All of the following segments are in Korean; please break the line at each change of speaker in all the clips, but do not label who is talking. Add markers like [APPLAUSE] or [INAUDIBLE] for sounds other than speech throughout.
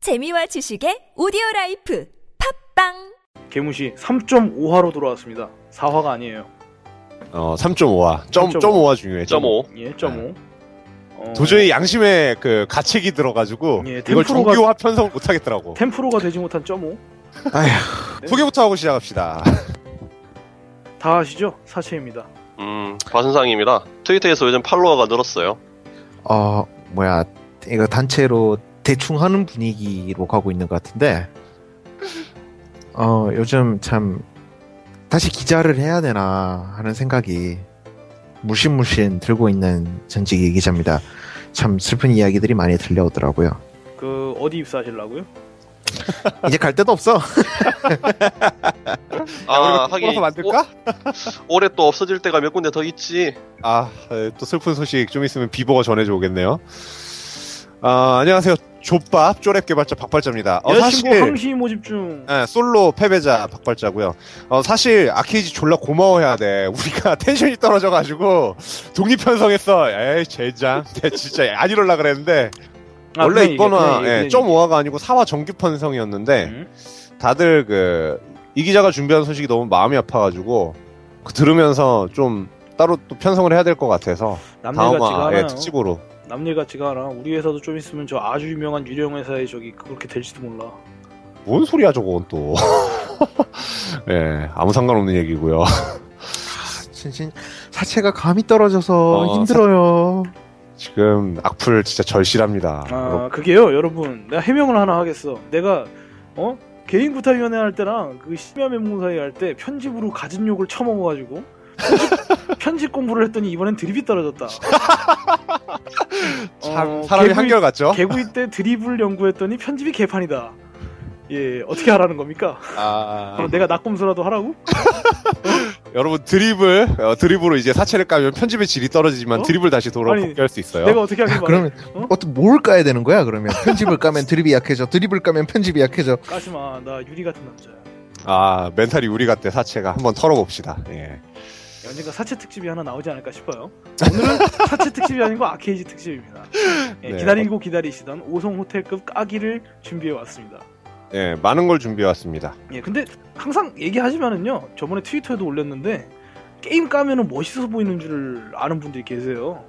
재미와 지식의 오디오 라이프 팝빵
개무시 3.5화로 돌아왔습니다. 4화가 아니에요.
어, 3.5화. 점,
3.5.
점 5화 중요해. 점
1.5.
예, 1.5. 어,
네. 도저히 양심의 그 가책이 들어가지고
예,
이걸
템프로가-
정규화 편성을 못하겠더라고.
템프로가 되지 못한 1.5. 네.
소개부터 하고 시작합시다.
다 아시죠? 사채입니다.
음, 과선상입니다. 트위터에서 요즘 팔로워가 늘었어요.
어, 뭐야, 이거 단체로 대충 하는 분위기로 가고 있는 것 같은데, 어, 요즘 참, 다시 기자를 해야 되나 하는 생각이 물씬물씬 들고 있는 전직 기자입니다. 참 슬픈 이야기들이 많이 들려오더라고요.
그 어디 입사하실라고요?
이제 갈 데도 없어. [LAUGHS]
[LAUGHS]
아,
우리가 서 만들까?
오, 올해 또 없어질 때가 몇 군데 더 있지.
아, 에, 또 슬픈 소식 좀 있으면 비보가 전해줘 오겠네요. 아, 안녕하세요. 족밥 쪼랩 개발자 박발자입니다. 어,
여자친구
사실
항시 모집 중.
예, 솔로 패배자 박발자고요. 어, 사실 아케이지 졸라 고마워해야 돼. [LAUGHS] 우리가 텐션이 떨어져가지고 독립 편성했어. 에이 젠장. 내가 진짜 안 이럴라 그랬는데
아,
원래
그냥 얘기해,
이거나
그냥 얘기해, 그냥
예, 점 5화가 아니고 4화 정규 편성이었는데
얘기해. 음.
다들 그 이 기자가 준비한 소식이 너무 마음이 아파가지고 그 들으면서 좀 따로 또 편성을 해야 될 것 같아서
남일
다음
같지가
화에 예,
않아요.
특집으로
남일 같지가 않아. 우리 회사도 좀 있으면 저 아주 유명한 유령 회사에 저기 그렇게 될지도 몰라.
뭔 소리야 저건 또. [LAUGHS] 예, 아무 상관없는 얘기고요.
진짜 사체가 감이 떨어져서
어,
힘들어요.
지금 악플 진짜 절실합니다.
아, 그게요, 여러분. 내가 해명을 하나 하겠어. 내가 어 개인 구타 위원회 할 때랑 그 심야 멘붕사회 할 때 편집으로 가진 욕을 처먹어가지고
[LAUGHS]
편집, 편집 공부를 했더니 이번엔 드립이 떨어졌다.
참
어,
사람이
개구리-
한결 같죠?
개구이 때 드립을 연구했더니 편집이 개판이다. 예, 어떻게 하라는 겁니까?
아,
그럼 내가 낙검수라도 하라고?
여러분 드립을 어, 드립으로 이제 사체를 까면 편집의 질이 떨어지지만
어?
드립을 다시 돌아
아니, 네,
복귀할 수 있어요.
내가 어떻게
[LAUGHS]
하길 바래?
[LAUGHS] 그러면 뭐 어떤 뭘 까야 되는 거야, 그러면? 편집을 까면 드립이 약해져, 드립을 까면 편집이 약해져.
까지마, 나 유리 같은 남자야.
아 멘탈이 우리 같대 사체가 한번 털어봅시다. 예.
언젠가 사채 특집이 하나 나오지 않을까 싶어요. 오늘은 [LAUGHS] 사채 특집이 아니고 아케이지 특집입니다. 예,
네.
기다리고 기다리시던 오성 호텔급 까기를 준비해 왔습니다.
예, 많은 걸 준비해 왔습니다.
예, 근데 항상 얘기하지만은요. 저번에 트위터에도 올렸는데 게임 까면은 멋있어 보이는 줄 아는 분들이 계세요.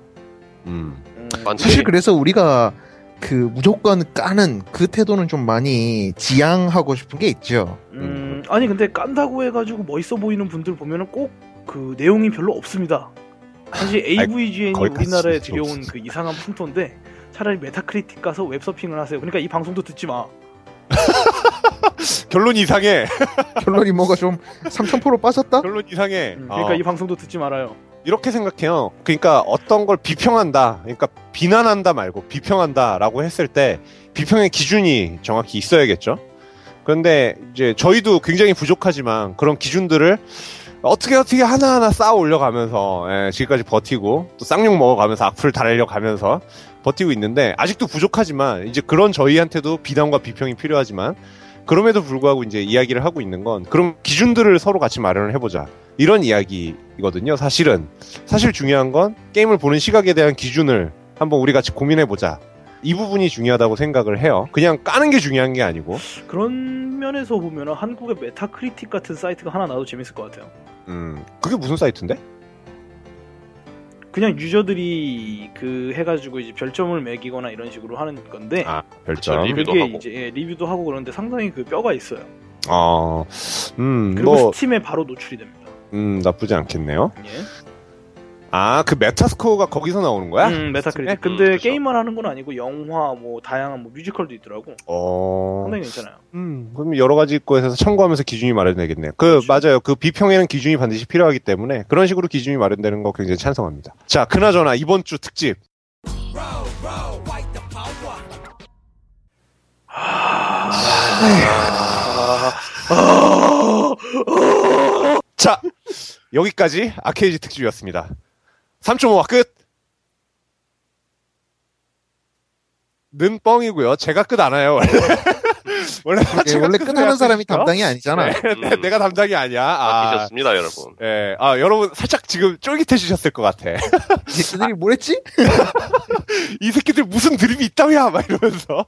음.
음,
많지.
근데
사실 그래서 우리가 그 무조건 까는 그 태도는 좀 많이 지양하고 싶은 게 있죠.
음, 아니 근데 깐다고 해가지고 멋있어 보이는 분들 보면은 꼭 그 내용이 별로 없습니다. 사실 AVGN이
거기까지
우리나라에
진짜
들여온
없어.
그 이상한 풍토인데 차라리 메타크리틱 가서 웹서핑을 하세요. 그러니까 이 방송도 듣지 마.
결론 이상해.
결론이 뭐가 좀 3000% 빠졌다?
결론 이상해.
어? 음, 그러니까
어,
이 방송도 듣지 말아요.
이렇게 생각해요. 그러니까 어떤 걸 비평한다. 그러니까 비난한다 말고 비평한다라고 했을 때 비평의 기준이 정확히 있어야겠죠. 그런데 이제 저희도 굉장히 부족하지만 그런 기준들을 어떻게 어떻게 하나하나 쌓아 올려가면서 예, 지금까지 버티고 또 쌍욕 먹어가면서 악플 달려가면서 버티고 있는데 아직도 부족하지만 이제 그런 저희한테도 비난과 비평이 필요하지만 그럼에도 불구하고 이제 이야기를 하고 있는 건 그런 기준들을 서로 같이 마련을 해보자 이런 이야기이거든요 사실은 사실 중요한 건 게임을 보는 시각에 대한 기준을 한번 우리 같이 고민해보자 이 부분이 중요하다고 생각을 해요 그냥 까는 게 중요한 게 아니고
그런 면에서 보면 한국의 메타크리틱 같은 사이트가 하나 나도 재밌을 것 같아요.
음 그게 무슨 사이트인데
그냥 유저들이 그 해가지고 이제 별점을 매기거나 이런 식으로 하는 건데
아
그쵸,
별점
리뷰. 리뷰도
그게
하고.
이제 예, 리뷰도 하고 그런데 상당히 그 뼈가 있어요. 그리고
음, 아, 어음뭐
스팀에 바로 노출이 됩니다.
음, 나쁘지 않겠네요
예.
아 그 메타스코어가 거기서 나오는 거야
음, 메타크리틱.
아? 스팀에?
근데
음, 그렇죠.
게임만 하는 건 아니고 영화 뭐 다양한 뭐 뮤지컬도 있더라고.
어
상당히 괜찮아요.
음, 그럼 여러 가지 거에서 참고하면서 기준이 마련되겠네요. 그,
그렇죠.
맞아요. 그 비평에는 기준이 반드시 필요하기 때문에 그런 식으로 기준이 마련되는 거 굉장히 찬성합니다. 자, 그나저나 이번 주 특집. 자, 여기까지 아케이지 특집이었습니다. 3.5화 끝!
[LAUGHS]
는 뻥이고요. 제가 끝 안 해요. 원래. 원래
이게
파츠가
예, 네, 원래
끝을
끝나는
해야
사람이
되니까?
담당이 아니잖아.
음.
네, 내가 담당이 아니야. 아,
바뀌셨습니다, 여러분.
예. 아, 여러분 살짝 지금 쫄깃해지셨을 것 같아. [LAUGHS]
이 새끼들이 뭘 했지?
이 새끼들 무슨 드립이 있다고야 막 이러면서.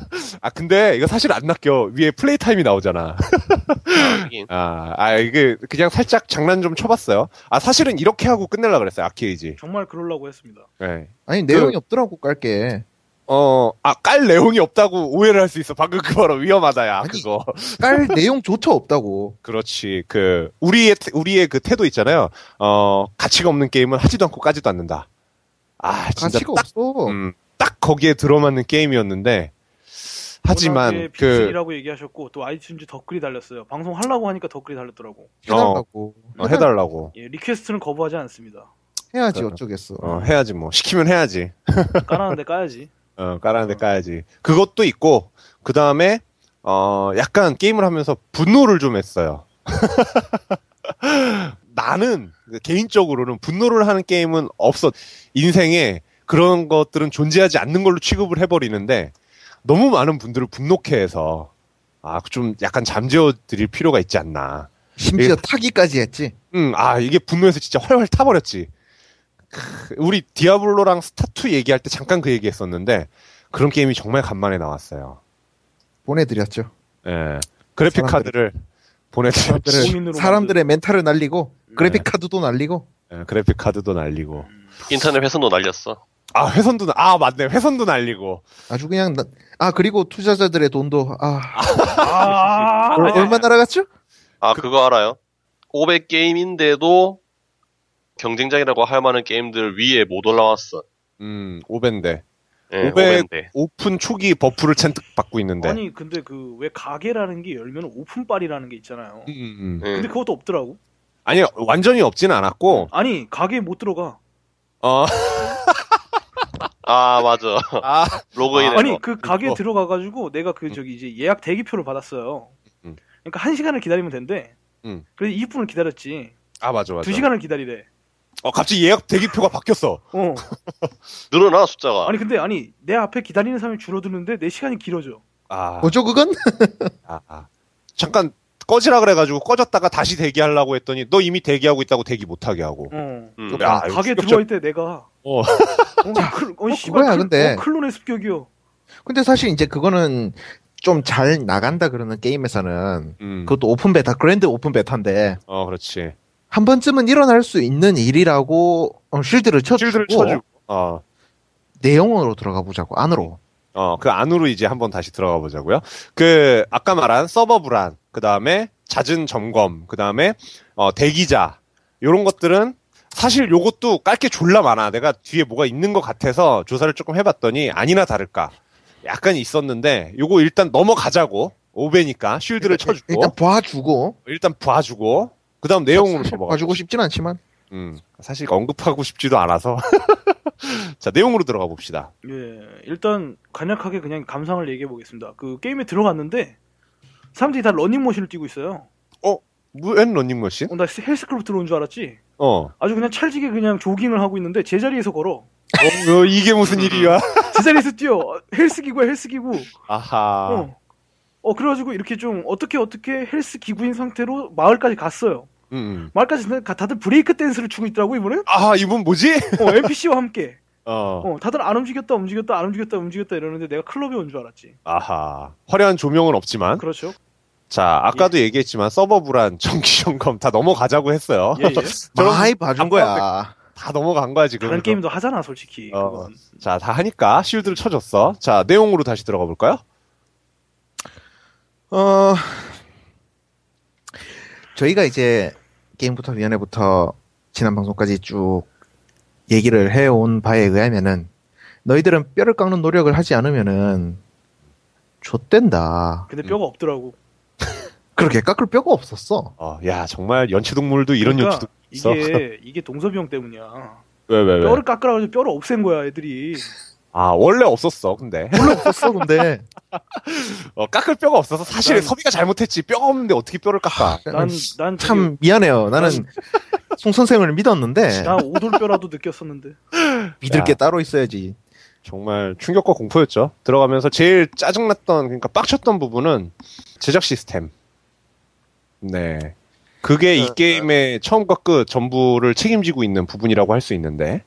[LAUGHS] 아, 근데 이거 사실 안 낚여. 위에 플레이 타임이 나오잖아.
아, 하긴.
아, 아, 이게 그냥 살짝 장난 좀 쳐봤어요. 아, 사실은 이렇게 하고 끝내려 그랬어요. 아케이지.
정말 그러려고 했습니다.
예.
아니 내용이 없더라고 깔게.
어, 아, 깔 내용이 없다고 오해를 할 수 있어. 방금 그 바로 위험하다, 야,
아니.
그거.
깔 내용조차 없다고.
그렇지. 그, 우리의, 태- 우리의 그 태도 있잖아요. 어, 가치가 없는 게임은 하지도 않고 까지도 않는다. 아, 진짜
가치가
딱,
없어.
음, 딱 거기에 들어맞는 게임이었는데, 하지만, 그,
라고 얘기하셨고 또 아이튠즈 댓글이 달렸어요. 방송 하려고 하니까 댓글이 달렸더라고.
해달라고.
어, 해달라고.
예, 리퀘스트는 거부하지 않습니다.
해야지
어.
어쩌겠어.
어, 해야지 뭐. 시키면 해야지.
까라는데 까야지.
어, 까라는데 까야지. 그것도 있고, 그 다음에, 어, 약간 게임을 하면서 분노를 좀 했어요. [LAUGHS] 나는, 개인적으로는 분노를 하는 게임은 없어. 인생에 그런 것들은 존재하지 않는 걸로 취급을 해버리는데, 너무 많은 분들을 분노케 해서, 아, 좀 약간 잠재워 드릴 필요가 있지 않나.
심지어 타기까지 했지.
응, 아, 이게 분노해서 진짜 활활 타버렸지. 크, 우리 디아블로랑 스타투 얘기할 때 잠깐 그 얘기 했었는데, 그런 게임이 정말 간만에 나왔어요.
보내드렸죠.
예. 그래픽카드를 보내드렸지.
고민으로
사람들의 멘탈을 날리고
네.
그래픽 카드도 날리고
예, 그래픽카드도 날리고.
인터넷 회선도 날렸어.
아, 회선도, 나- 아, 맞네. 회선도 날리고.
아주 그냥 나- 아 그리고 투자자들의 돈도 아
아,
얼- 얼마 날아갔죠?
아, 그... 거 알아요? 500게임인데도 경쟁작이라고 할 만한 게임들 위에 못 올라왔어.
음, 5배인데.
예,
500.
500인데.
오픈 초기 버프를 잔뜩 받고 있는데.
아니 근데 그 왜 가게라는 게 열면 오픈빨이라는 게 있잖아요.
음, 음, 음.
예.
근데 그것도 없더라고.
아니, 완전히 없진 않았고,
아니 가게에 못 들어가.
어,
아, [LAUGHS] 맞아.
아,
로그인해서.
아니 그 가게에
어.
들어가가지고 내가 그 저기 이제 예약 대기표를 받았어요.
음.
그러니까 한 시간을 기다리면 된대.
음.
그래서 20분을 기다렸지.
아, 맞아, 맞아.
두 시간을 기다리래.
어, 갑자기 예약 대기표가 바뀌었어. [LAUGHS]
어.
늘어나, 숫자가.
아니 근데 아니 내 앞에 기다리는 사람이 줄어드는데 내 시간이 길어져.
아.
뭐죠 그건?
아, 아. 잠깐 꺼지라 그래가지고 꺼졌다가 다시 대기하려고 했더니 너 이미 대기하고 있다고 대기 못하게 하고. 아,
어.
음.
야, 이거
가게
충격적-
들어와 있대 내가.
어. 뭐
어,
[LAUGHS]
클, 어,
어,
씨발,
그거야,
클-
근데.
어, 클론의 습격이요.
근데 사실 이제 그거는 좀 잘 나간다 그러는 게임에서는
음.
그것도 오픈 베타 그랜드 오픈 베타인데
어, 그렇지.
한 번쯤은 일어날 수 있는 일이라고 어, 실드를 쳐주고
실드를 쳐주고. 어.
내용으로 들어가 보자고 안으로
어, 그 안으로 이제 한번 다시 들어가 보자고요. 그 아까 말한 서버 불안, 그 다음에 잦은 점검, 그 다음에 어, 대기자 요런 것들은 사실 요것도 깔 게 졸라 많아. 내가 뒤에 뭐가 있는 것 같아서 조사를 조금 해봤더니 아니나 다를까 약간 있었는데 요거 일단 넘어가자고 오베니까 쉴드를 쳐주고
일단 봐주고
일단 봐주고 그다음 내용으로 넘어가.
봐주고 싶진 않지만
음, 사실 언급하고 싶지도 않아서. [LAUGHS] 자 내용으로 들어가 봅시다.
예, 일단 간략하게 그냥 감상을 얘기해 보겠습니다. 그 게임에 들어갔는데 사람들이 다 러닝머신을 뛰고 있어요.
무엔 런닝머신?
어, 나 헬스클럽 들어온 줄 알았지.
어.
아주 그냥 찰지게 그냥 조깅을 하고 있는데 제자리에서 걸어.
어, 어, 이게
음.
무슨 일이야?
제자리에서 뛰어. [LAUGHS] 헬스기구야 헬스기구.
아하.
어. 어 그래가지고 이렇게 좀 어떻게 어떻게 헬스 기구인 상태로 마을까지 갔어요.
음, 음.
마을까지 갔는데 다들 브레이크 댄스를 추고 있더라고 이번에.
아 이분 뭐지? [LAUGHS]
어 NPC와 함께.
어.
어 다들 안 움직였다 움직였다 안 움직였다 움직였다 이러는데 내가 클럽에 온 줄 알았지.
아하. 화려한 조명은 없지만. [LAUGHS]
그렇죠.
자
예.
아까도 얘기했지만 서버 불안, 정기 점검 다 넘어가자고 했어요.
예, 예.
저런
많이 봐준
안 거야.
거야
다 넘어간 거야 지금.
다른 게임도 하잖아 솔직히.
어.
그건.
자다 하니까 쉴드를 쳐줬어. 자 내용으로 다시 들어가 볼까요?
어 저희가 이제 게임부터 위원회부터 지난 방송까지 쭉 얘기를 해온 바에 의하면은 너희들은 뼈를 깎는 노력을 하지 않으면은 좆된다
근데 뼈가
음.
없더라고.
그렇게 깎을 뼈가 없었어
어, 야 정말 연체동물도 이런
그러니까
연체동.
[LAUGHS]
이게 이게 동섭이 형 때문이야.
왜왜 왜?
뼈를 깎으라고 해서 뼈를 없앤 거야
[LAUGHS]
애들이.
아 원래 없었어 근데
원래 없었어 근데
어, 깎을 뼈가 없어서 사실
난-
섭이가 잘못했지 뼈가 없는데 어떻게 뼈를 깎아
난 난
참 미안해요 나는 송 선생을 믿었는데
나 오돌뼈라도 느꼈었는데.
믿을 게 따로 있어야지
정말 충격과 공포였죠. 들어가면서 제일 짜증났던 그러니까 빡쳤던 부분은 제작 시스템. 네. 그게
네,
이
네.
게임의 처음과 끝 전부를 책임지고 있는 부분이라고 할 수 있는데.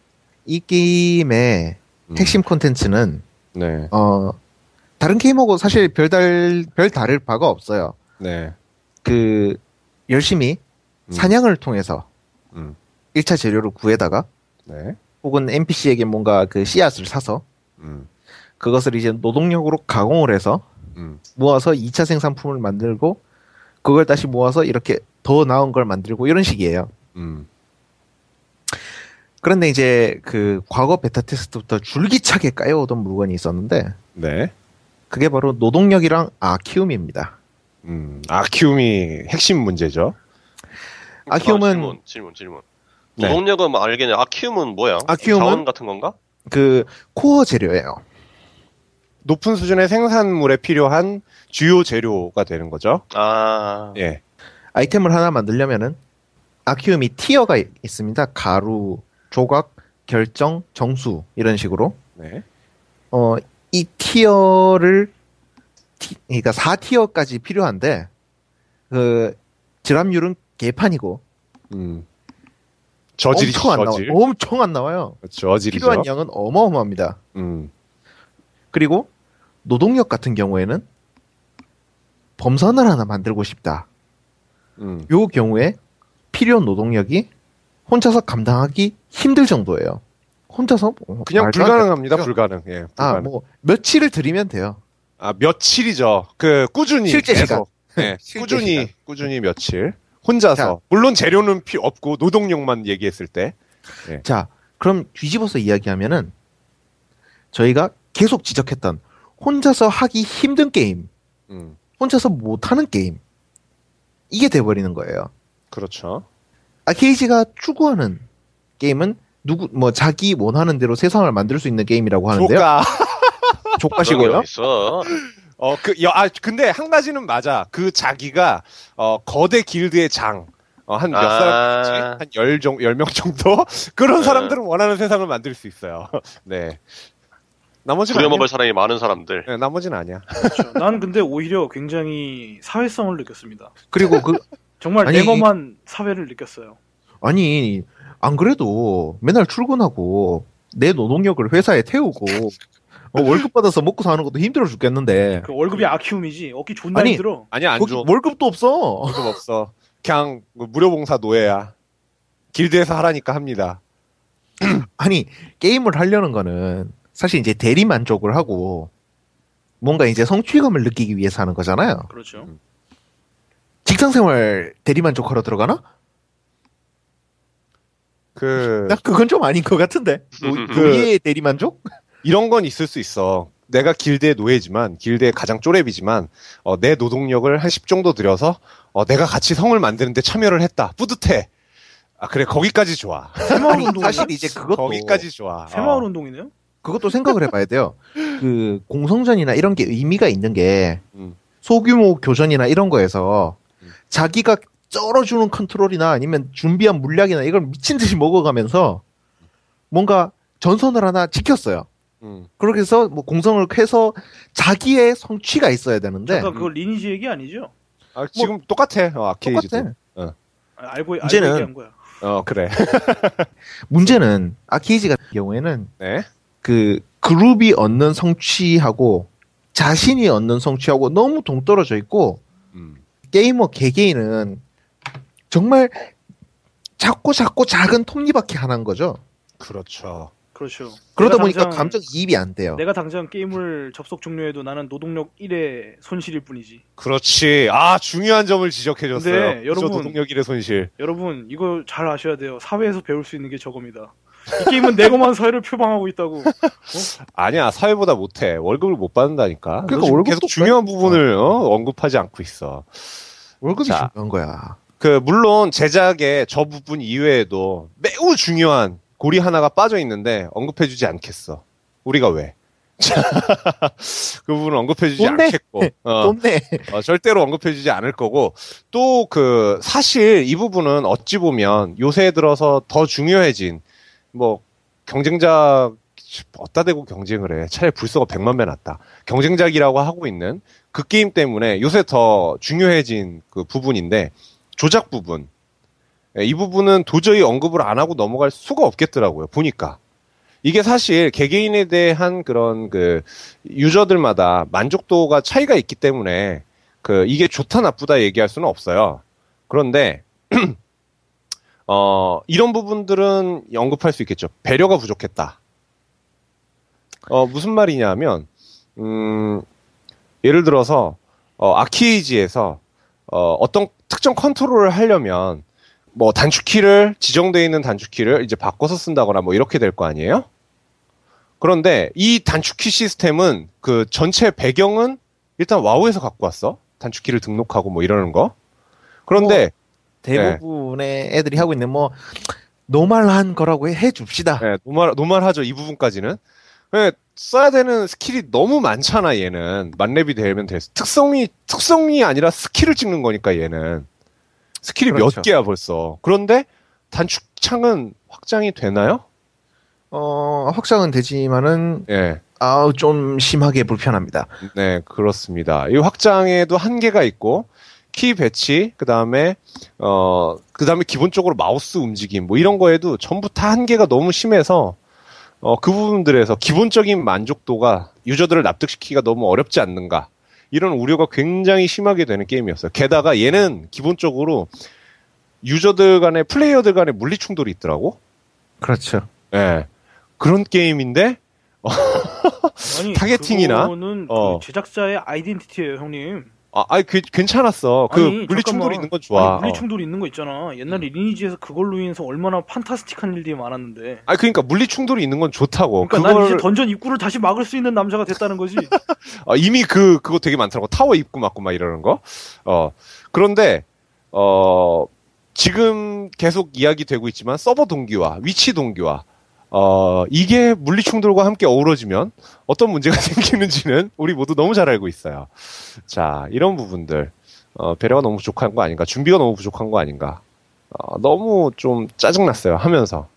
이 게임의
음,
핵심 콘텐츠는
네.
어 다른 게임하고 사실 별달 별 다를 바가 없어요.
네.
그 열심히
음,
사냥을 통해서
음.
1차 재료를 구해다가
네.
혹은 NPC에게 뭔가 그 씨앗을 사서
음.
그것을 이제 노동력으로 가공을 해서
음.
모아서 2차 생산품을 만들고 그걸 다시 모아서 이렇게 더 나은 걸 만들고 이런 식이에요.
음.
그런데 이제 그 과거 베타 테스트부터 줄기차게 까여오던 물건이 있었는데
네.
그게 바로 노동력이랑 아키움입니다.
음. 아키움이 핵심 문제죠.
아키움은-
아, 질문, 질문, 질문. 노동력은 알겠냐? 아키움은 뭐야?
아키움은-
자원 같은 건가?
그 코어 재료예요.
높은 수준의 생산물에 필요한 주요 재료가 되는 거죠.
아,
예.
아이템을 하나 만들려면은 아키움이 티어가 있- 있습니다. 가루, 조각, 결정, 정수 이런 식으로
네.
어 이 티어를 티- 그러니까 4티어까지 필요한데 그 지압률은 개판이고
음. 저질이
엄청 안
저질.
나와 엄청 안 나와요.
그렇죠. 어질이죠.
필요한 양은 어마어마합니다.
음.
그리고 노동력 같은 경우에는 범선을 하나 만들고 싶다.
음.
요 경우에 필요 노동력이 혼자서 감당하기 힘들 정도예요. 혼자서 뭐
그냥
말도 안 돼.
불가능합니다. 불가능. 예. 불가능.
아, 뭐 며칠을 들이면 돼요.
아, 며칠이죠. 그 꾸준히
실제
계속.
시간.
네,
[LAUGHS] 실제
꾸준히
시간.
꾸준히 며칠 혼자서
자.
물론 재료는 필요 없고 노동력만 얘기했을 때
자, 그럼 뒤집어서 이야기하면은 저희가 계속 지적했던 혼자서 하기 힘든 게임,
음,
혼자서 못 하는 게임. 이게 돼 버리는 거예요.
그렇죠.
아케이지가 추구하는 게임은 누구 뭐 자기 원하는 대로 세상을 만들 수 있는 게임이라고 하는데요. [LAUGHS]
조가
그런 게
족가시고요.
어딨어?
어그 아 근데 한 가지는 맞아. 그 자기가 어 거대 길드의 장. 어, 한 몇
아.
사람, 한열 정, 열명 정도? [LAUGHS] 그런
네.
사람들은 원하는 세상을 만들 수 있어요. [LAUGHS] 네. 나머지는 아니야.
부려먹을 사람이 많은 사람들.
네, 나머지는 아니야.
그렇죠. [LAUGHS] 난 근데 오히려 굉장히 사회성을 느꼈습니다.
그리고 그
정말
아니,
냉엄한 사회를 느꼈어요.
아니 안 그래도 맨날 출근하고 내 노동력을 회사에 태우고 어, 월급 받아서 먹고 사는 것도 힘들어 죽겠는데
그 월급이 아키움이지 어깨 존나
아니,
힘들어.
아니야, 안
거기
줘.
월급도 없어.
월급 뭐 없어. 그냥 뭐 무료봉사 노예야. 길드에서 하라니까 합니다.
아니 게임을 하려는 거는 사실 이제 대리 만족을 하고 뭔가 이제 성취감을 느끼기 위해서 하는 거잖아요. 음.
그렇죠.
직장 생활 대리 만족하러 들어가나?
그
나 그건 좀 아닌 것 같은데.
음,
그-
우리의 대리 만족?
이런 건 있을 수 있어. 내가 길드의 노예지만 길드의 가장 쪼렙이지만 어, 내 노동력을 한 10 정도 들여서 어, 내가 같이 성을 만드는데 참여를 했다. 뿌듯해. 아 그래 거기까지 좋아.
새마을
아니
운동
사실 이제 그것도
거기까지 좋아.
새마을
어.
운동이네요.
그것도 생각을 해봐야 돼요. 그 공성전이나 이런 게 의미가 있는 게
음.
소규모 교전이나 이런 거에서
음.
자기가 쩔어주는 컨트롤이나 아니면 준비한 물약이나 이걸 미친 듯이 먹어가면서 뭔가 전선을 하나 지켰어요.
음.
그렇게 해서 뭐 공성을 해서 자기의 성취가 있어야 되는데
아까 그거 리니지 얘기 아니죠?
아, 지금 똑같아. 어, 아케이지도.
뭐 똑같아.
아, 알고 알고
이제는-
얘기한 거야.
어 그래.
문제는 아키이지 같은 경우에는
네.
그 그룹이 얻는 성취하고 자신이 얻는 성취하고 너무 동떨어져 있고
음.
게이머 개개인은 정말 작고 작고 작은 톱니바퀴 하나인 거죠.
그렇죠.
그렇죠.
그러다
내가
보니까
당장-
감정 네. 이입이 안 돼요.
내가 당장 게임을 접속 종료해도 나는 노동력 1의 손실일 뿐이지.
그렇지. 아 중요한 점을 지적해줬어요.
근데
네,
그죠,
여러분-
노동력일의 손실.
여러분 이거 잘 아셔야 돼요. 사회에서 배울 수 있는 게 저겁니다. 이 게임은 [LAUGHS] 내고만 사회를 표방하고 있다고.
아니야 사회보다 못해 월급을 못 받는다니까.
그러니까
요즘
월급도
계속
없다.
중요한 부분을 어, 언급하지 않고 있어.
월급이
자.
중요한 거야.
그 물론 제작의 저 부분 이외에도 매우 중요한 고리 하나가 빠져 있는데 언급해주지 않겠어. 우리가 왜? [LAUGHS] 자, 그 부분 은 언급해주지
뭔데?
않겠고 어,
돈내.
어, 절대로 언급해주지 않을 거고 또 그 사실 이 부분은 어찌 보면 요새 들어서 더 중요해진 뭐 경쟁자 어따 대고 경쟁을 해. 차라리 불소가 100만 배 낫다. 경쟁작이라고 하고 있는 그 게임 때문에 요새 더 중요해진 그 부분인데 조작 부분. 예, 이 부분은 도저히 언급을 안 하고 넘어갈 수가 없겠더라고요. 보니까. 이게 사실 개개인에 대한 그런 그 유저들마다 만족도가 차이가 있기 때문에 그 이게 좋다 나쁘다 얘기할 수는 없어요. 그런데 어 이런 부분들은 언급할 수 있겠죠. 배려가 부족했다. 어 무슨 말이냐면 음 예를 들어서 어 아키에이지에서 어 어떤 특정 컨트롤을 하려면 뭐 단축키를 지정되어 있는 단축키를 이제 바꿔서 쓴다거나 뭐 이렇게 될 거 아니에요? 그런데 이 단축키 시스템은 그 전체 배경은 일단 와우에서 갖고 왔어. 단축키를 등록하고 뭐 이러는 거. 그런데
대부분의 애들이 하고 있는 뭐 노말한 거라고 해- 해줍시다.
[LAUGHS] 예, 노말, 노말하죠. 이 부분까지는. 예, 써야 되는 스킬이 너무 많잖아, 얘는. 만렙이 되면 돼서. 특성이, 특성이 아니라 스킬을 찍는 거니까, 얘는. 스킬이
그렇죠.
몇 개야, 벌써. 그런데 단축창은 확장이 되나요?
어, 확장은 되지만은
예.
아우 좀 심하게 불편합니다.
네, 그렇습니다. 이 확장에도 한계가 있고, 키 배치, 그 다음에, 어, 그 다음에 기본적으로 마우스 움직임, 뭐 이런 거에도 전부 다 한계가 너무 심해서, 어, 그 부분들에서 기본적인 만족도가 유저들을 납득시키기가 너무 어렵지 않는가. 이런 우려가 굉장히 심하게 되는 게임이었어요. 게다가 얘는 기본적으로 유저들 간에, 플레이어들 간에 물리 충돌이 있더라고.
그렇죠.
예. 그런 게임인데,
아니,
타겟팅이나?
그거는 그
어.
제작자의 아이덴티티예요, 형님.
아, 아니, 괜- 괜찮았어. 그
아니, 잠깐만.
물리 충돌이 있는 건 좋아.
아니, 물리
어. 음.
충돌이 있는 거 있잖아. 옛날에 리니지에서 그걸로 인해서 얼마나 판타스틱한 일들이 많았는데.
아 그러니까 물리 충돌이 있는 건 좋다고.
그러니까
그걸
난 이제 던전 입구를 다시 막을 수 있는 남자가 됐다는
[LAUGHS]
거지.
어, 이미 그 그거 되게 많더라고. 타워 입고 맞고 막 이러는 거. 어 그런데 어 지금 계속 이야기되고 있지만 서버 동기화, 위치 동기화. 어 이게 물리 충돌과 함께 어우러지면 어떤 문제가 [LAUGHS] 생기는지는 우리 모두 너무 잘 알고 있어요. 자 이런 부분들 어, 배려가 너무 부족한 거 아닌가, 준비가 너무 부족한 거 아닌가. 어, 너무 좀 짜증났어요 하면서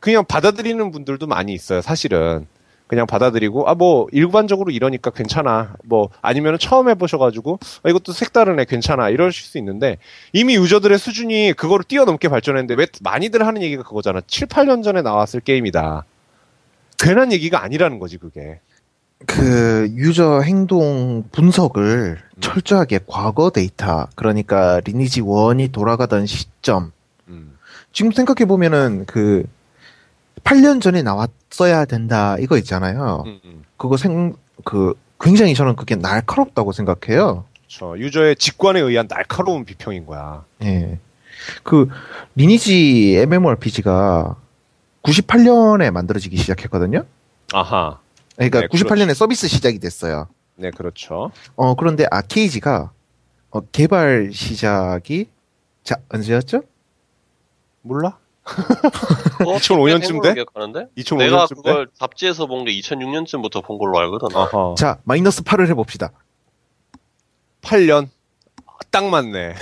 그냥 받아들이는 분들도 많이 있어요 사실은 그냥 받아들이고 아 뭐 일반적으로 이러니까 괜찮아 뭐 아니면 처음 해보셔가지고 아, 이것도 색다르네 괜찮아 이러실 수 있는데 이미 유저들의 수준이 그거를 뛰어넘게 발전했는데 왜 많이들 하는 얘기가 그거잖아 7, 8년 전에 나왔을 게임이다 괜한 얘기가 아니라는 거지 그게
그 유저 행동 분석을 철저하게 과거 데이터 그러니까 리니지 1이 돌아가던 시점
음.
지금 생각해 보면은 그 8년 전에 나왔어야 된다 이거 있잖아요.
음, 음.
그거 생 그 굉장히 저는 그게 날카롭다고 생각해요.
그렇죠 유저의 직관에 의한 날카로운 비평인 거야
예. 그 리니지 MMORPG가 98년에 만들어지기 시작했거든요.
아하
그러니까
네,
98년에 서비스 시작이 됐어요.
네 그렇죠
어, 그런데 아케이지가 어, 개발 시작이 자, 언제였죠?
몰라 [LAUGHS]
어,
2005년쯤
생으로
돼?
기억하는데?
2005년쯤
내가 그걸 잡지에서 본 게 2006년쯤부터 본 걸로 알거든.
어허.
자, 마이너스 8을 해봅시다.
8년 딱 맞네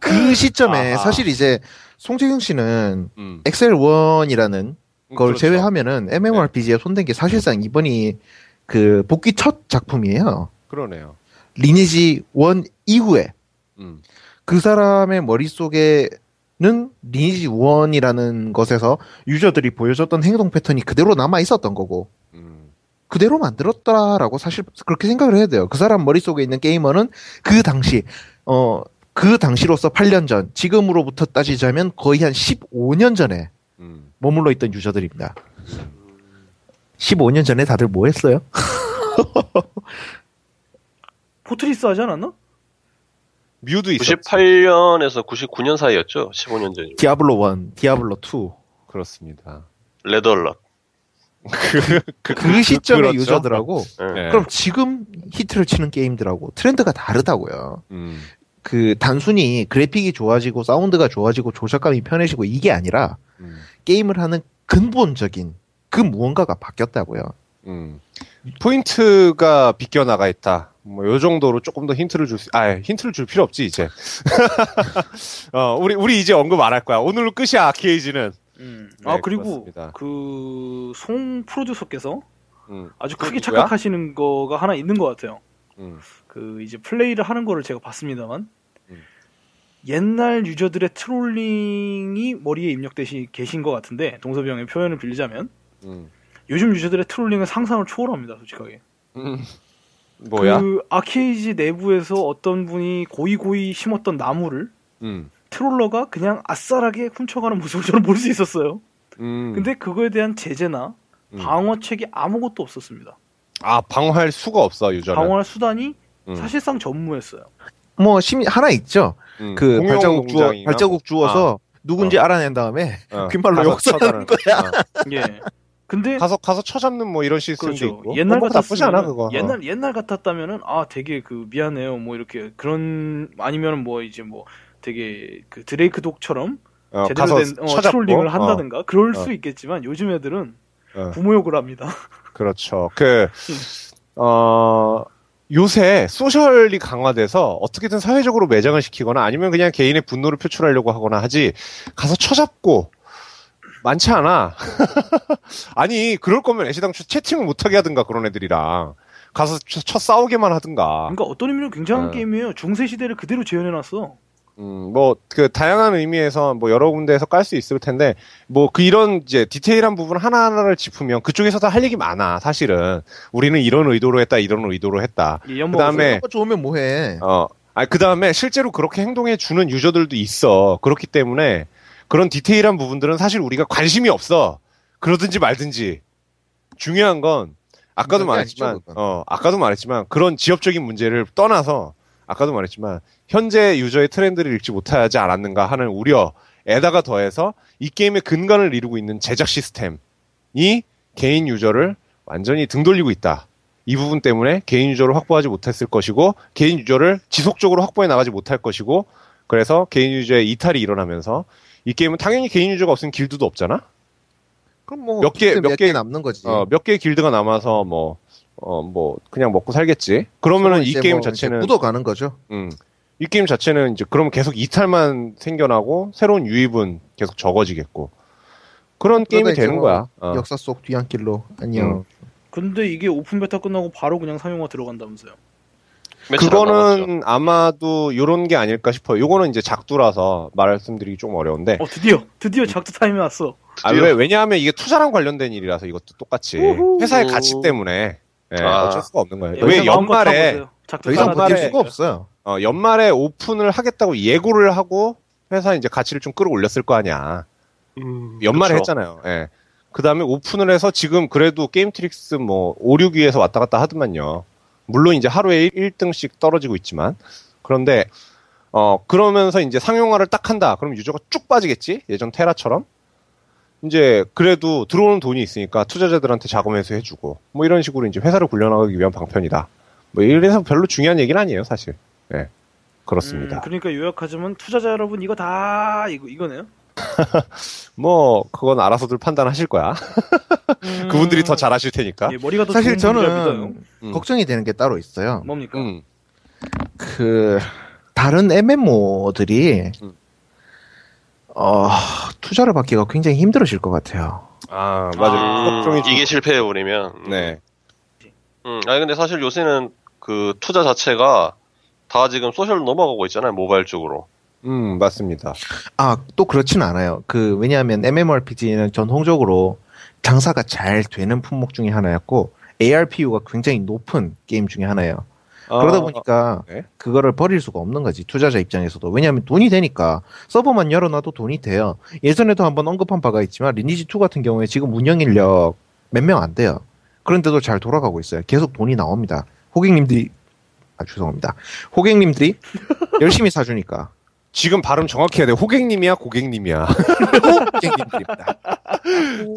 그 시점에
아하.
사실 이제 송재경 씨는
음.
엑셀 1이라는 걸
그렇죠. 네.
제외하면은 MMORPG에 손댄 게 사실상 이번이 그 복귀 첫 작품이에요.
그러네요
리니지 1 이후에
음.
그 사람의 머릿속에는 리니지 1이라는 것에서 유저들이 보여줬던 행동 패턴이 그대로 남아 있었던 거고
음.
그대로 만들었다라고 사실 그렇게 생각을 해야 돼요. 그 사람 머릿속에 있는 게이머는 그 당시, 어, 그 당시로서 8년 전, 지금으로부터 따지자면 거의 한 15년 전에
음.
머물러 있던 유저들입니다. 15년 전에 다들 뭐 했어요?
포트리스 하지 않았나?
뮤도 있었지.
98년에서 99년 사이였죠. 15년 전이.
디아블로 1, 디아블로 2.
그렇습니다.
레더얼럿.
그, 시점의
그렇죠.
유저들하고,
예.
네.
그럼 지금 히트를 치는 게임들하고 트렌드가 다르다고요.
음,
그 단순히 그래픽이 좋아지고 사운드가 좋아지고 조작감이 편해지고 이게 아니라
음,
게임을 하는 근본적인 그 무언가가 바뀌었다고요.
음. 포인트가 비껴나가 있다. 뭐 요 정도로 조금 더 힌트를 줄 수, 아 힌트를 줄 [LAUGHS] 필요 없지 이제. 어, 우리 우리 이제 언급 안 할 거야. 오늘로 끝이야 아케이지는.
음.
네,
아 그리고
그렇습니다.
그 송 프로듀서께서
음,
아주
송
크게
누구야?
착각하시는 거가 하나 있는 것 같아요.
음.
그 이제 플레이를 하는 거를 제가 봤습니다만
음.
옛날 유저들의 트롤링이 머리에 입력되시 계신 것 같은데 동섭이 형의 표현을 빌리자면
음.
요즘 유저들의 트롤링은 상상을 초월합니다, 솔직하게.
음. 뭐야?
그 아케이지 내부에서 어떤 분이 고이 고이 심었던 나무를
음.
트롤러가 그냥 아싸라게 훔쳐가는 모습을 저는 볼 수 있었어요.
음.
근데 그거에 대한 제재나
음.
방어책이 아무것도 없었습니다.
아 방어할 수가 없어 유저는.
방어할 수단이
음.
사실상
[LAUGHS]
전무했어요.
뭐 심이 하나 있죠.
음.
그
공용
발자국 주워
농장이나
발자국 주워서
어.
누군지 알아낸 다음에
뭐, 어,
귓말로
가서 쳐다는-
욕설하는 거야.
어.
예. 근데
가서 가서 쳐잡는 뭐 이런 시스템도
그렇죠.
있고. 어.
옛날
그거 뭐, 나쁘지
같았으면
않아 그거.
옛날 옛날 같았다면은 아 되게 그 미안해요 뭐 이렇게 그런 아니면은 뭐 이제 뭐 되게 그 드레이크 독처럼
어, 어,
제대로
가서
된 어,
쳐잡고.
트롤링을
어,
한다든가 그럴
어.
수 있겠지만 요즘 애들은
어.
부모욕을 합니다.
그렇죠. 그 어. 요새 소셜이 강화돼서 어떻게든 사회적으로 매장을 시키거나 아니면 그냥 개인의 분노를 표출하려고 하거나 하지 가서 쳐잡고 많지 않아. [LAUGHS] 아니 그럴 거면 애시당초 채팅을 못하게 하든가 그런 애들이랑 가서 쳐, 쳐 싸우게만 하든가.
그러니까 어떤 의미로 굉장한
아. 어.
게임이에요. 중세 시대를 그대로 재현해놨어.
음, 뭐, 그, 다양한 의미에서, 뭐, 여러 군데에서 깔 수 있을 텐데, 뭐, 그, 이런, 이제, 디테일한 부분 하나하나를 짚으면, 그쪽에서 다 할 얘기 많아, 사실은. 우리는 이런 의도로 했다, 이런 의도로 했다.
이 연봉
그다음에-
이런 거 어, 좋으면 뭐해?
어, 아, 그 다음에, 실제로 그렇게 행동해주는 유저들도 있어. 그렇기 때문에, 그런 디테일한 부분들은 사실 우리가 관심이 없어. 그러든지 말든지. 중요한 건, 아까도
중요한 게 아니죠,
말했지만,
그건.
어, 아까도 말했지만, 그런 지역적인 문제를 떠나서, 아까도 말했지만, 현재 유저의 트렌드를 읽지 못하지 않았는가 하는 우려에다가 더해서, 이 게임의 근간을 이루고 있는 제작 시스템이 개인 유저를 완전히 등 돌리고 있다. 이 부분 때문에 개인 유저를 확보하지 못했을 것이고, 개인 유저를 지속적으로 확보해 나가지 못할 것이고, 그래서 개인 유저의 이탈이 일어나면서, 이 게임은 당연히 개인 유저가 없으면 길드도 없잖아?
그럼 뭐
몇 개,
그때
몇
몇 개,
개-
남는 거지.
어, 몇 개의 길드가 남아서 뭐, 어, 뭐, 그냥 먹고 살겠지. 그러면은 이
이제
게임
뭐 이제
자체는,
묻어가는 거죠.
음, 이 게임 자체는 이제 그러면 계속 이탈만 생겨나고, 새로운 유입은 계속 적어지겠고. 그런 게임이
이제
되는
뭐
거야. 어. 음.
역사 속 뒤안길로 안녕.
근데 이게 오픈 베타 끝나고 바로 그냥 상용화 들어간다면서요.
며칠 안 남았죠.
그거는 아마도 요런 게 아닐까 싶어요. 요거는 이제 작두라서 말씀드리기 좀 어려운데.
어 드디어 드디어 작두 타임이 왔어.
아, 왜, 왜냐하면 이게 투자랑 관련된 일이라서 이것도 똑같이.
우후.
회사의 가치 때문에. 예,
아.
어쩔 수가 없는 거예요.
예,
왜
여기서 마음껏
연말에,
타보세요. 작두 음,
더 이상
깔아드릴게요.
연말에-
버틸 수가 없어요.
어, 연말에 오픈을 하겠다고 예고를 하고 회사 이제 가치를 좀 끌어올렸을 거 아니야. 연말에
음,
그렇죠.
그쵸.
했잖아요. 예. 그 다음에 오픈을 해서 지금 그래도 게임트릭스 뭐 5, 6위에서 왔다 갔다 하더만요. 물론 이제 하루에 1등씩 떨어지고 있지만. 그런데, 어, 그러면서 이제 상용화를 딱 한다. 그럼 유저가 쭉 빠지겠지? 예전 테라처럼? 이제 그래도 들어오는 돈이 있으니까 투자자들한테 자금 회수해주고 뭐 이런 식으로 이제 회사를 굴려나가기 위한 방편이다. 뭐 이래서 별로 중요한 얘기는 아니에요, 사실. 예. 그렇습니다.
음, 그러니까 요약하자면 투자자 여러분 이거 다 이거 이거네요.
뭐 그건 알아서들 판단하실 거야. [LAUGHS]
음.
그분들이 더 잘하실 테니까.
예, 머리가 더
사실
좋은 뭐. 분이라 믿어요.
저는
음.
걱정이 되는 게 따로 있어요.
뭡니까?
음.
그 다른 MMO들이
음.
어, 투자를 받기가 굉장히 힘들어질 것 같아요.
아 맞아.
아,
요 걱정이 좀-
음, 이게 실패해버리면. 음.
네.
음, 아니, 근데 사실 요새는 그 투자 자체가 다 지금 소셜로 넘어가고 있잖아요. 모바일 쪽으로.
음 맞습니다.
아 또 그렇진 않아요. 그 왜냐하면 MMORPG는 전통적으로 장사가 잘 되는 품목 중에 하나였고 ARPU가 굉장히 높은 게임 중에 하나예요. 그러다
아,
보니까
네.
그거를 버릴 수가 없는 거지 투자자 입장에서도 왜냐하면 돈이 되니까 서버만 열어놔도 돈이 돼요. 예전에도 한번 언급한 바가 있지만 리니지 2 같은 경우에 지금 운영 인력 몇 명 안 돼요. 그런데도 잘 돌아가고 있어요. 계속 돈이 나옵니다. 호객님들이 아 죄송합니다. 호객님들이
[LAUGHS]
열심히 사주니까
지금 발음 정확히 해야 돼. 호객님이야, 고객님이야.
호객님들입니다.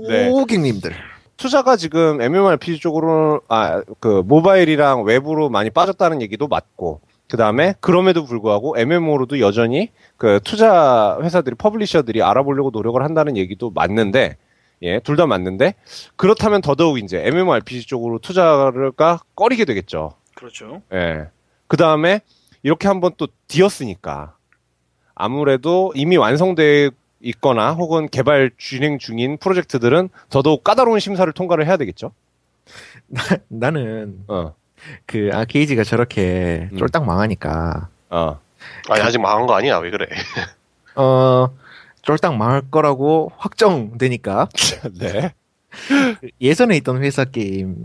네.
호객님들
투자가 지금 MMORPG 쪽으로 아 그 모바일이랑 외부로 많이 빠졌다는 얘기도 맞고 그 다음에 그럼에도 불구하고 MMO로도 여전히 그 투자 회사들이 퍼블리셔들이 알아보려고 노력을 한다는 얘기도 맞는데 예 둘 다 맞는데 그렇다면 더더욱 이제 MMORPG 쪽으로 투자가 꺼리게 되겠죠.
그렇죠.
예. 그 다음에 이렇게 한번 또 뒤었으니까 아무래도 이미 완성되고 있거나 혹은 개발 진행 중인 프로젝트들은 더더욱 까다로운 심사를 통과를 해야 되겠죠.
나는
어,
그 아케이지가 저렇게
음.
쫄딱 망하니까
[LAUGHS]
어.
아니 아직 망한 거 아니야 왜 그래?
어 쫄딱 망할 거라고 확정되니까
네.
예전에 있던 회사 게임이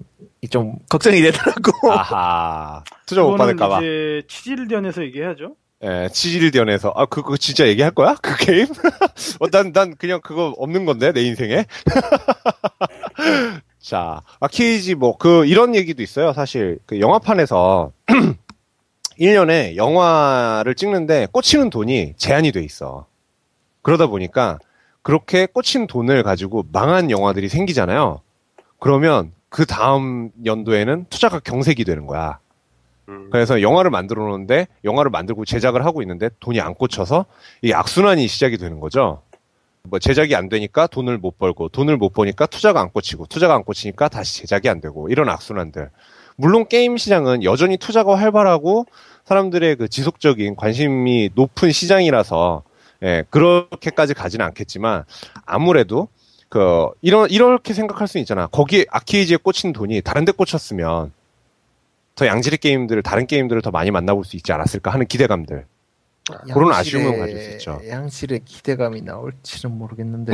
좀 걱정이 되더라고. [LAUGHS]
아하. 투자 못
그거는
받을까봐.
이제 치질전에서 얘기해야죠.
예, 치질디언에서 아 그거 진짜 얘기할 거야? 그 게임? [LAUGHS] 어, 난, 난 그냥 그거 없는 건데 내 인생에. [LAUGHS] 자, 아케이지 뭐 그 이런 얘기도 있어요. 사실 그 영화판에서 [CLEARS THROAT] 1년에 영화를 찍는데 꽂히는 돈이 제한이 돼 있어. 그러다 보니까 그렇게 꽂힌 돈을 가지고 망한 영화들이 생기잖아요. 그러면 그 다음 연도에는 투자가 경색이 되는 거야.
음.
그래서 영화를 만들어 놓는데 영화를 만들고 제작을 하고 있는데 돈이 안 꽂혀서 이 악순환이 시작이 되는 거죠. 뭐 제작이 안 되니까 돈을 못 벌고 돈을 못 버니까 투자가 안 꽂히고 투자가 안 꽂히니까 다시 제작이 안 되고 이런 악순환들. 물론 게임 시장은 여전히 투자가 활발하고 사람들의 그 지속적인 관심이 높은 시장이라서 예, 그렇게까지 가지는 않겠지만 아무래도 그 이런 이렇게 생각할 수 있잖아. 거기 아케이지에 꽂힌 돈이 다른 데 꽂혔으면 더 양질의 게임들을 다른 게임들을 더 많이 만나볼 수 있지 않았을까 하는 기대감들. 그런 아쉬움을 가질 수 있죠.
양실의 기대감이 나올지는 모르겠는데.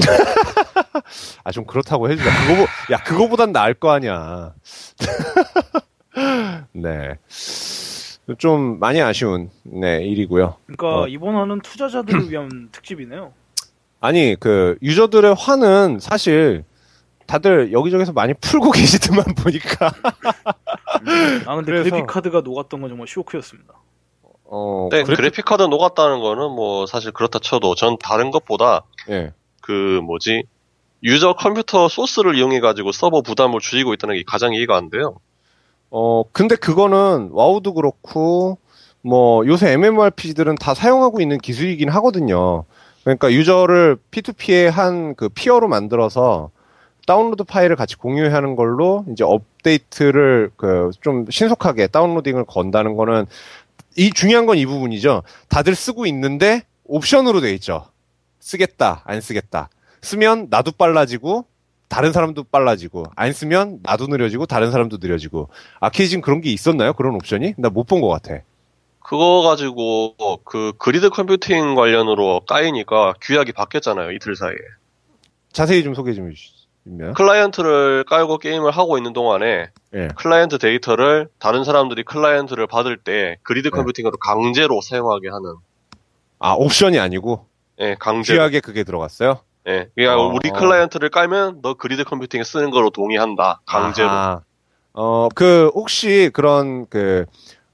아 좀 그렇다고 해주자. 그거 야 그거보단 나을 거 아니야. [LAUGHS] 네. 좀 많이 아쉬운 네 일이고요.
그러니까
어.
이번화는
[CLEARS THROAT]
투자자들을 위한 특집이네요.
아니 그 유저들의 화는 사실 다들 여기저기서 많이 풀고 [LAUGHS] 계시더만 보니까
아 근데
음. 그래서-
그래픽 카드가 녹았던 건 정말 쇼크였습니다.
어
근데 그래픽 카드 녹았다는 거는 뭐 사실 그렇다 쳐도 전 다른 것보다
예.
그 뭐지 유저 컴퓨터 소스를 이용해 가지고 서버 부담을 줄이고 있다는 게 가장 이해가 안 돼요.
어 근데 그거는 와우도 그렇고 뭐 요새 MMORPG들은 다 사용하고 있는 기술이긴 하거든요. 그러니까 유저를 P2P의 한 그 피어로 만들어서 다운로드 파일을 같이 공유하는 걸로 이제 업데이트를 그 좀 신속하게 다운로딩을 건다는 거는 이 중요한 건 이 부분이죠. 다들 쓰고 있는데 옵션으로 돼 있죠. 쓰겠다, 안 쓰겠다. 쓰면 나도 빨라지고 다른 사람도 빨라지고 안 쓰면 나도 느려지고 다른 사람도 느려지고 아케이진 그런 게 있었나요? 그런 옵션이? 나 못 본 것 같아.
그거 가지고 그 그리드 컴퓨팅 관련으로 까이니까 규약이 바뀌었잖아요 이틀 사이에.
자세히 좀 소개 좀 해주시면.
클라이언트를 깔고 게임을 하고 있는 동안에
예.
클라이언트 데이터를 다른 사람들이 클라이언트를 받을 때
예.
그리드 컴퓨팅으로 강제로 사용하게 하는
아 옵션이 아니고
예, 강제로
귀하게 그게 들어갔어요.
예, 그러니까
어.
우리 클라이언트를 깔면 너 그리드 컴퓨팅에 쓰는 거로 동의한다 강제로
아하. 어, 그, 혹시 그런 그,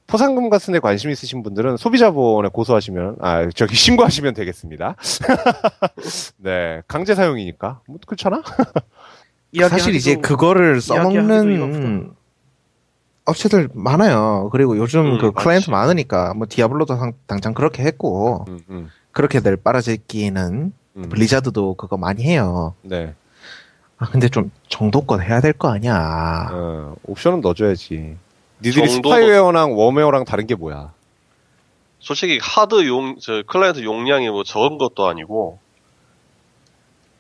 포상금 같은 데 관심 있으신 분들은 소비자보호원에 고소하시면, 아, 저기 [LAUGHS] 신고하시면 되겠습니다. [LAUGHS] 네, 강제 사용이니까. 뭐, 그렇잖아?
사실 이제
이야기하기도-
그거를
이야기하기도
써먹는 업체들 많아요. 그리고 요즘
음,
그
맞지.
클라이언트 많으니까 뭐 디아블로도 상- 당장 그렇게 했고
음, 음,
그렇게 늘 빨아제끼는
음.
블리자드도 그거 많이 해요.
네.
아 근데 좀 정도껏 해야 될 거 아니야.
어, 옵션은 넣어줘야지. 니들이
정도도-
스파이웨어랑 웜웨어랑 다른 게 뭐야?
솔직히 하드 용, 저 클라이언트 용량이 뭐 적은 것도 아니고,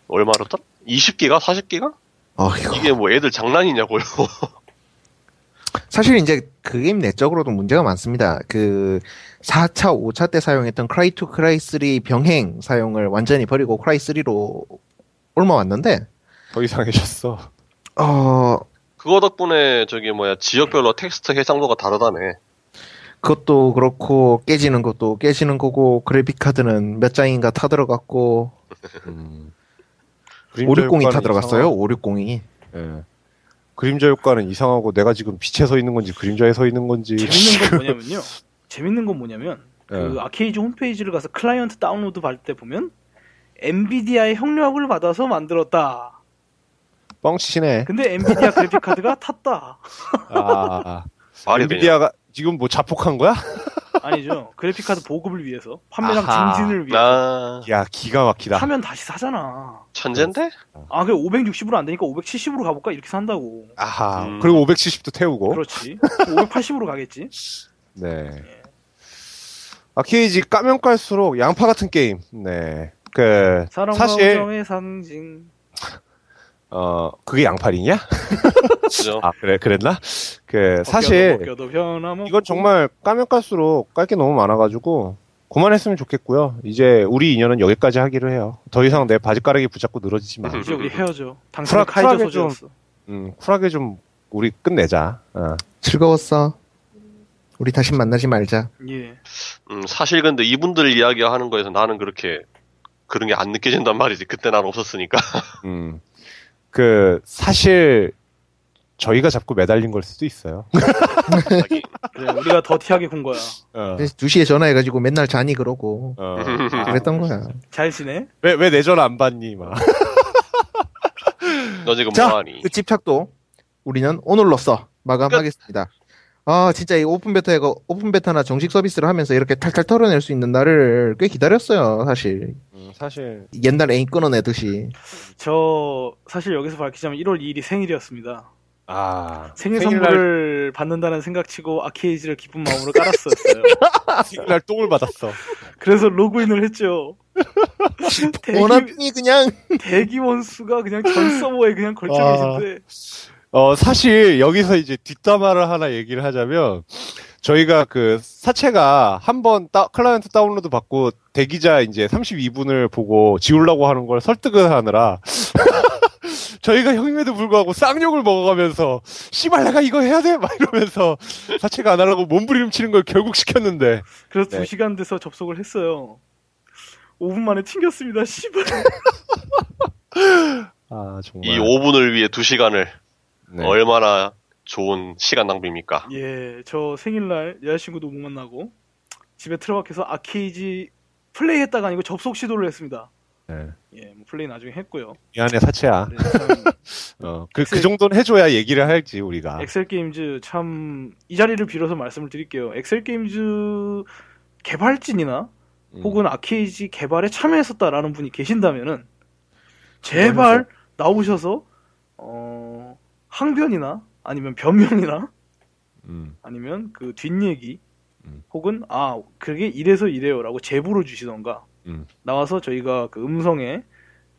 얼마로 딱? 20기가? 40기가?
어 이거
이게 뭐 애들 장난이냐고요. [LAUGHS]
사실 이제 그 게임 내적으로도 문제가 많습니다. 그 4차, 5차 때 사용했던 크라이 2, 크라이 3 병행 사용을 완전히 버리고 크라이 3로 옮아왔는데
더 이상해졌어.
어
그거 덕분에 저기 뭐야, 지역별로 텍스트 해상도가 다르다며.
그것도 그렇고 깨지는 것도 깨지는 거고 그래픽 카드는 몇 장인가 타 들어갔고
음.
560이 타 들어갔어요. 560이.
예. 그림자 효과는 이상하고 내가 지금 빛에 서 있는 건지 그림자에 서 있는 건지
재밌는 건 뭐냐면요. 재밌는 건 뭐냐면 그
예.
아케이지 홈페이지를 가서 클라이언트 다운로드 받을 때 보면 엔비디아의 협력을 받아서 만들었다.
뻥치시네.
근데 엔비디아 그래픽
[LAUGHS]
카드가 탔다.
아,
말이 되냐.
엔비디아가 지금 뭐 자폭한 거야?
아니죠. 그래픽 카드 보급을 위해서 판매량
아하.
증진을 위해서
아,
야 기가 막히다.
사면 다시 사잖아.
음.
천재인데?
아, 그래 560으로 안 되니까 570으로 가볼까 이렇게 산다고.
아하.
음.
그리고 570도 태우고.
그렇지. 580으로 가겠지.
아, 네. 아케이지 까면 깔수록 양파 같은 게임. 네. 그
사랑과
사실-
우정의 상징.
어 그게 양팔이냐?
그죠?
아 그래 그랬나? 그 사실
벗겨도 벗겨도 변함없고.
이건 정말 까면 깔수록 깔 게 너무 많아가지고 그만했으면 좋겠고요. 이제 우리 인연은 여기까지 하기로 해요. 더 이상 내 바지가락이 붙잡고 늘어지지 마.
이제 우리 헤어져. 당신은
쿨하-
카이저
쿨하게
소재였어.
음, 쿨하게 좀 우리 끝내자. 어.
즐거웠어. 우리 다시 만나지 말자.
예.
음, 사실 근데 이분들 이야기하는 거에서 나는 그렇게 그런 게 안 느껴진단 말이지. 그때 난 없었으니까. [LAUGHS]
음. 그 사실 저희가 자꾸 매달린 걸 수도 있어요.
갑자기.
그래, 우리가 더티하게 군 거야.
어.
그래서 2시에 전화해가지고 맨날 자니 그러고
어.
그랬던 거야.
잘 지내?
왜왜 내 전화 안 받니? 막.
[LAUGHS] 너 지금
자,
뭐하니?
그 집착도 우리는 오늘로써 마감하겠습니다. 아 진짜 이 오픈 베타가 오픈 베타나 정식 서비스를 하면서 이렇게 탈탈 털어낼 수 있는 날을 꽤 기다렸어요 사실
음, 사실
옛날 애인 끊어내듯이
저 사실 여기서 밝히자면 1월 2일이 생일이었습니다.
아
생일
생일날-
선물을 받는다는 생각치고 아케이지를 기쁜 마음으로 깔았었어요.
생일날 똥을 받았어.
그래서 로그인을 했죠. 대기,
원하더니 그냥
대기 원수가 그냥 전 서버에 그냥 걸쳐
와.
계신데
어, 사실 여기서 이제 뒷담화를 하나 얘기를 하자면 저희가 그 사채가 한번 따- 클라이언트 다운로드 받고 대기자 이제 32분을 보고 지우려고 하는 걸 설득을 하느라 [LAUGHS] 저희가 형님에도 불구하고 쌍욕을 먹어가면서 씨발 내가 이거 해야 돼 막 이러면서 사채가 안 하려고 몸부림 치는 걸 결국 시켰는데
그래서
네.
두 2시간 돼서 접속을 했어요. 5분 만에 튕겼습니다.
[LAUGHS]
씨발.
아 정말
이 5분을 위해 2시간을
네.
얼마나 좋은 시간 낭비입니까?
예, 저 생일날 여자친구도 못 만나고 집에 틀어박혀서 아케이지 플레이했다가 아니고 접속 시도를 했습니다.
네.
예, 뭐 플레이 나중에 했고요.
미안해 사채야
네, 참
[LAUGHS] 어, 그, 그 정도는 해줘야 얘기를 할지 우리가
엑셀 게임즈 참 이 자리를 빌어서 말씀을 드릴게요. 엑셀 게임즈 개발진이나
음.
혹은 아케이지 개발에 참여했었다라는 분이 계신다면은 제발 나오셔서 어, 항변이나 아니면 변명이나
음.
아니면 그 뒷얘기
음.
혹은 아 그게 이래서 이래요라고 제보를 주시던가
음.
나와서 저희가 그 음성에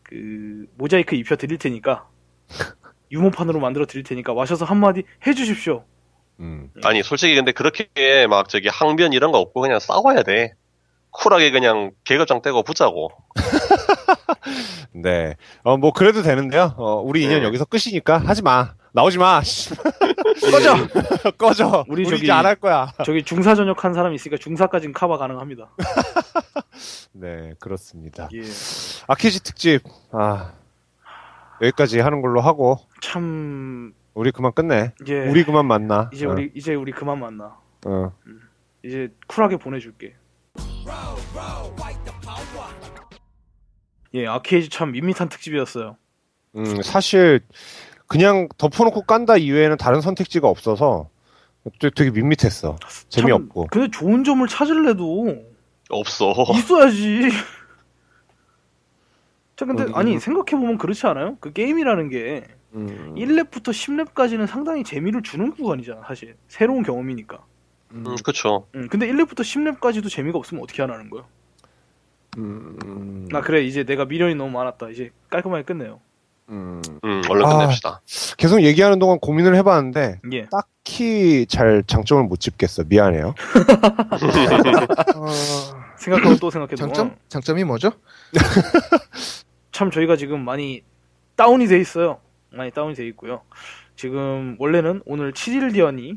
그 모자이크 입혀 드릴 테니까
[LAUGHS]
유모판으로 만들어 드릴 테니까 와셔서 한마디 해주십시오.
음.
아니 솔직히 근데 그렇게 막 저기 항변 이런 거 없고 그냥 싸워야 돼. 쿨하게 그냥 계급장 떼고 붙자고.
네. 어, 뭐, 그래도 되는데요. 어, 우리 인연
네.
여기서 끝이니까 하지 마. 나오지 마. [LAUGHS] 씨. 예. 꺼져. 꺼져.
우리
우리,
저기-
이제 안 할 거야.
저기 중사 전역 한 사람이 있으니까 중사까지는 커버 가능합니다.
네, 그렇습니다.
예.
아키지 특집. 아. 여기까지 하는 걸로 하고,
참
우리 그만 끝내.
예.
우리 그만 만나.
이제
어,
우리 이제 우리 그만 만나.
어.
이제 쿨하게 보내줄게. 예, 아키에즈 참 밋밋한 특집이었어요.
음, 사실, 그냥 덮어놓고 깐다 이외에는 다른 선택지가 없어서 되게, 되게 밋밋했어. 재미없고.
참, 근데 좋은 점을 찾을래도
없어.
[LAUGHS]
있어야지. 자, 근데
음.
아니 생각해 보면 그렇지 않아요? 그 게임이라는 게
음,
1렙부터 10렙까지는 상당히 재미를 주는 구간이잖아, 사실. 새로운 경험이니까.
음, 그쵸.
음, 근데 1렙부터 10렙까지도 재미가 없으면 어떻게 하라는 거야?
음,
나 그래 이제 내가 미련이 너무 많았다. 이제 깔끔하게 끝내요.
음.
음, 얼른
아.
끝냅시다.
계속 얘기하는 동안 고민을 해봤는데,
예.
딱히 잘 장점을 못 짚겠어. 미안해요.
어, 생각하고 또 생각해 보면
장점? 장점이 뭐죠?
참 저희가 지금 많이 다운이 돼 있어요. 많이 다운이 돼 있고요. 지금 원래는 오늘 7일 디언이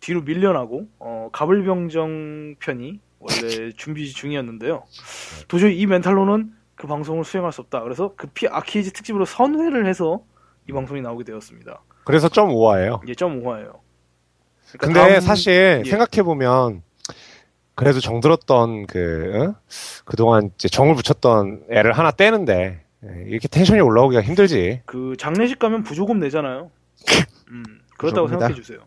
뒤로 밀려나고 어, 가불병정 편이
[LAUGHS]
원래 준비 중이었는데요. 도저히 이 멘탈로는 그 방송을 수행할 수 없다. 그래서 급히 아키에즈 특집으로 선회를 해서 이
음.
방송이 나오게 되었습니다.
그래서 좀 오화예요.
이제 점 5화예요. 그러니까
근데 사실
예.
생각해보면 그래도 정들었던 그 어? 그동안 이제 정을 붙였던 애를 하나 떼는데 예, 이렇게 텐션이 올라오기가 힘들지.
그 장례식 가면 부조금
[LAUGHS]
내잖아요. 음, 그렇다고
부조금이다.
생각해 주세요.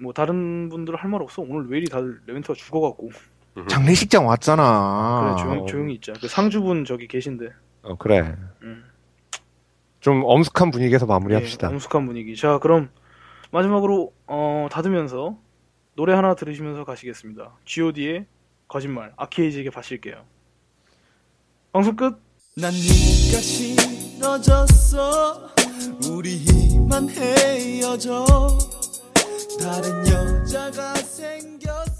뭐 다른 분들 할 말 없어. 오늘 왜 이리 다들 레멘트가 죽어갖고
음.
장례식장 왔잖아.
그래 조용, 조용히 있자. 그 상주분 저기 계신데.
어, 그래.
음.
좀 엄숙한 분위기에서 마무리합시다.
예, 엄숙한 분위기. 자 그럼 마지막으로 어, 닫으면서 노래 하나 들으시면서 가시겠습니다. G.O.D의 의 거짓말 아키에이지에게 바칠게요. 방송 끝.
난 네가 싫어졌어 우리 이만 헤어져 다른 여자가 생겼어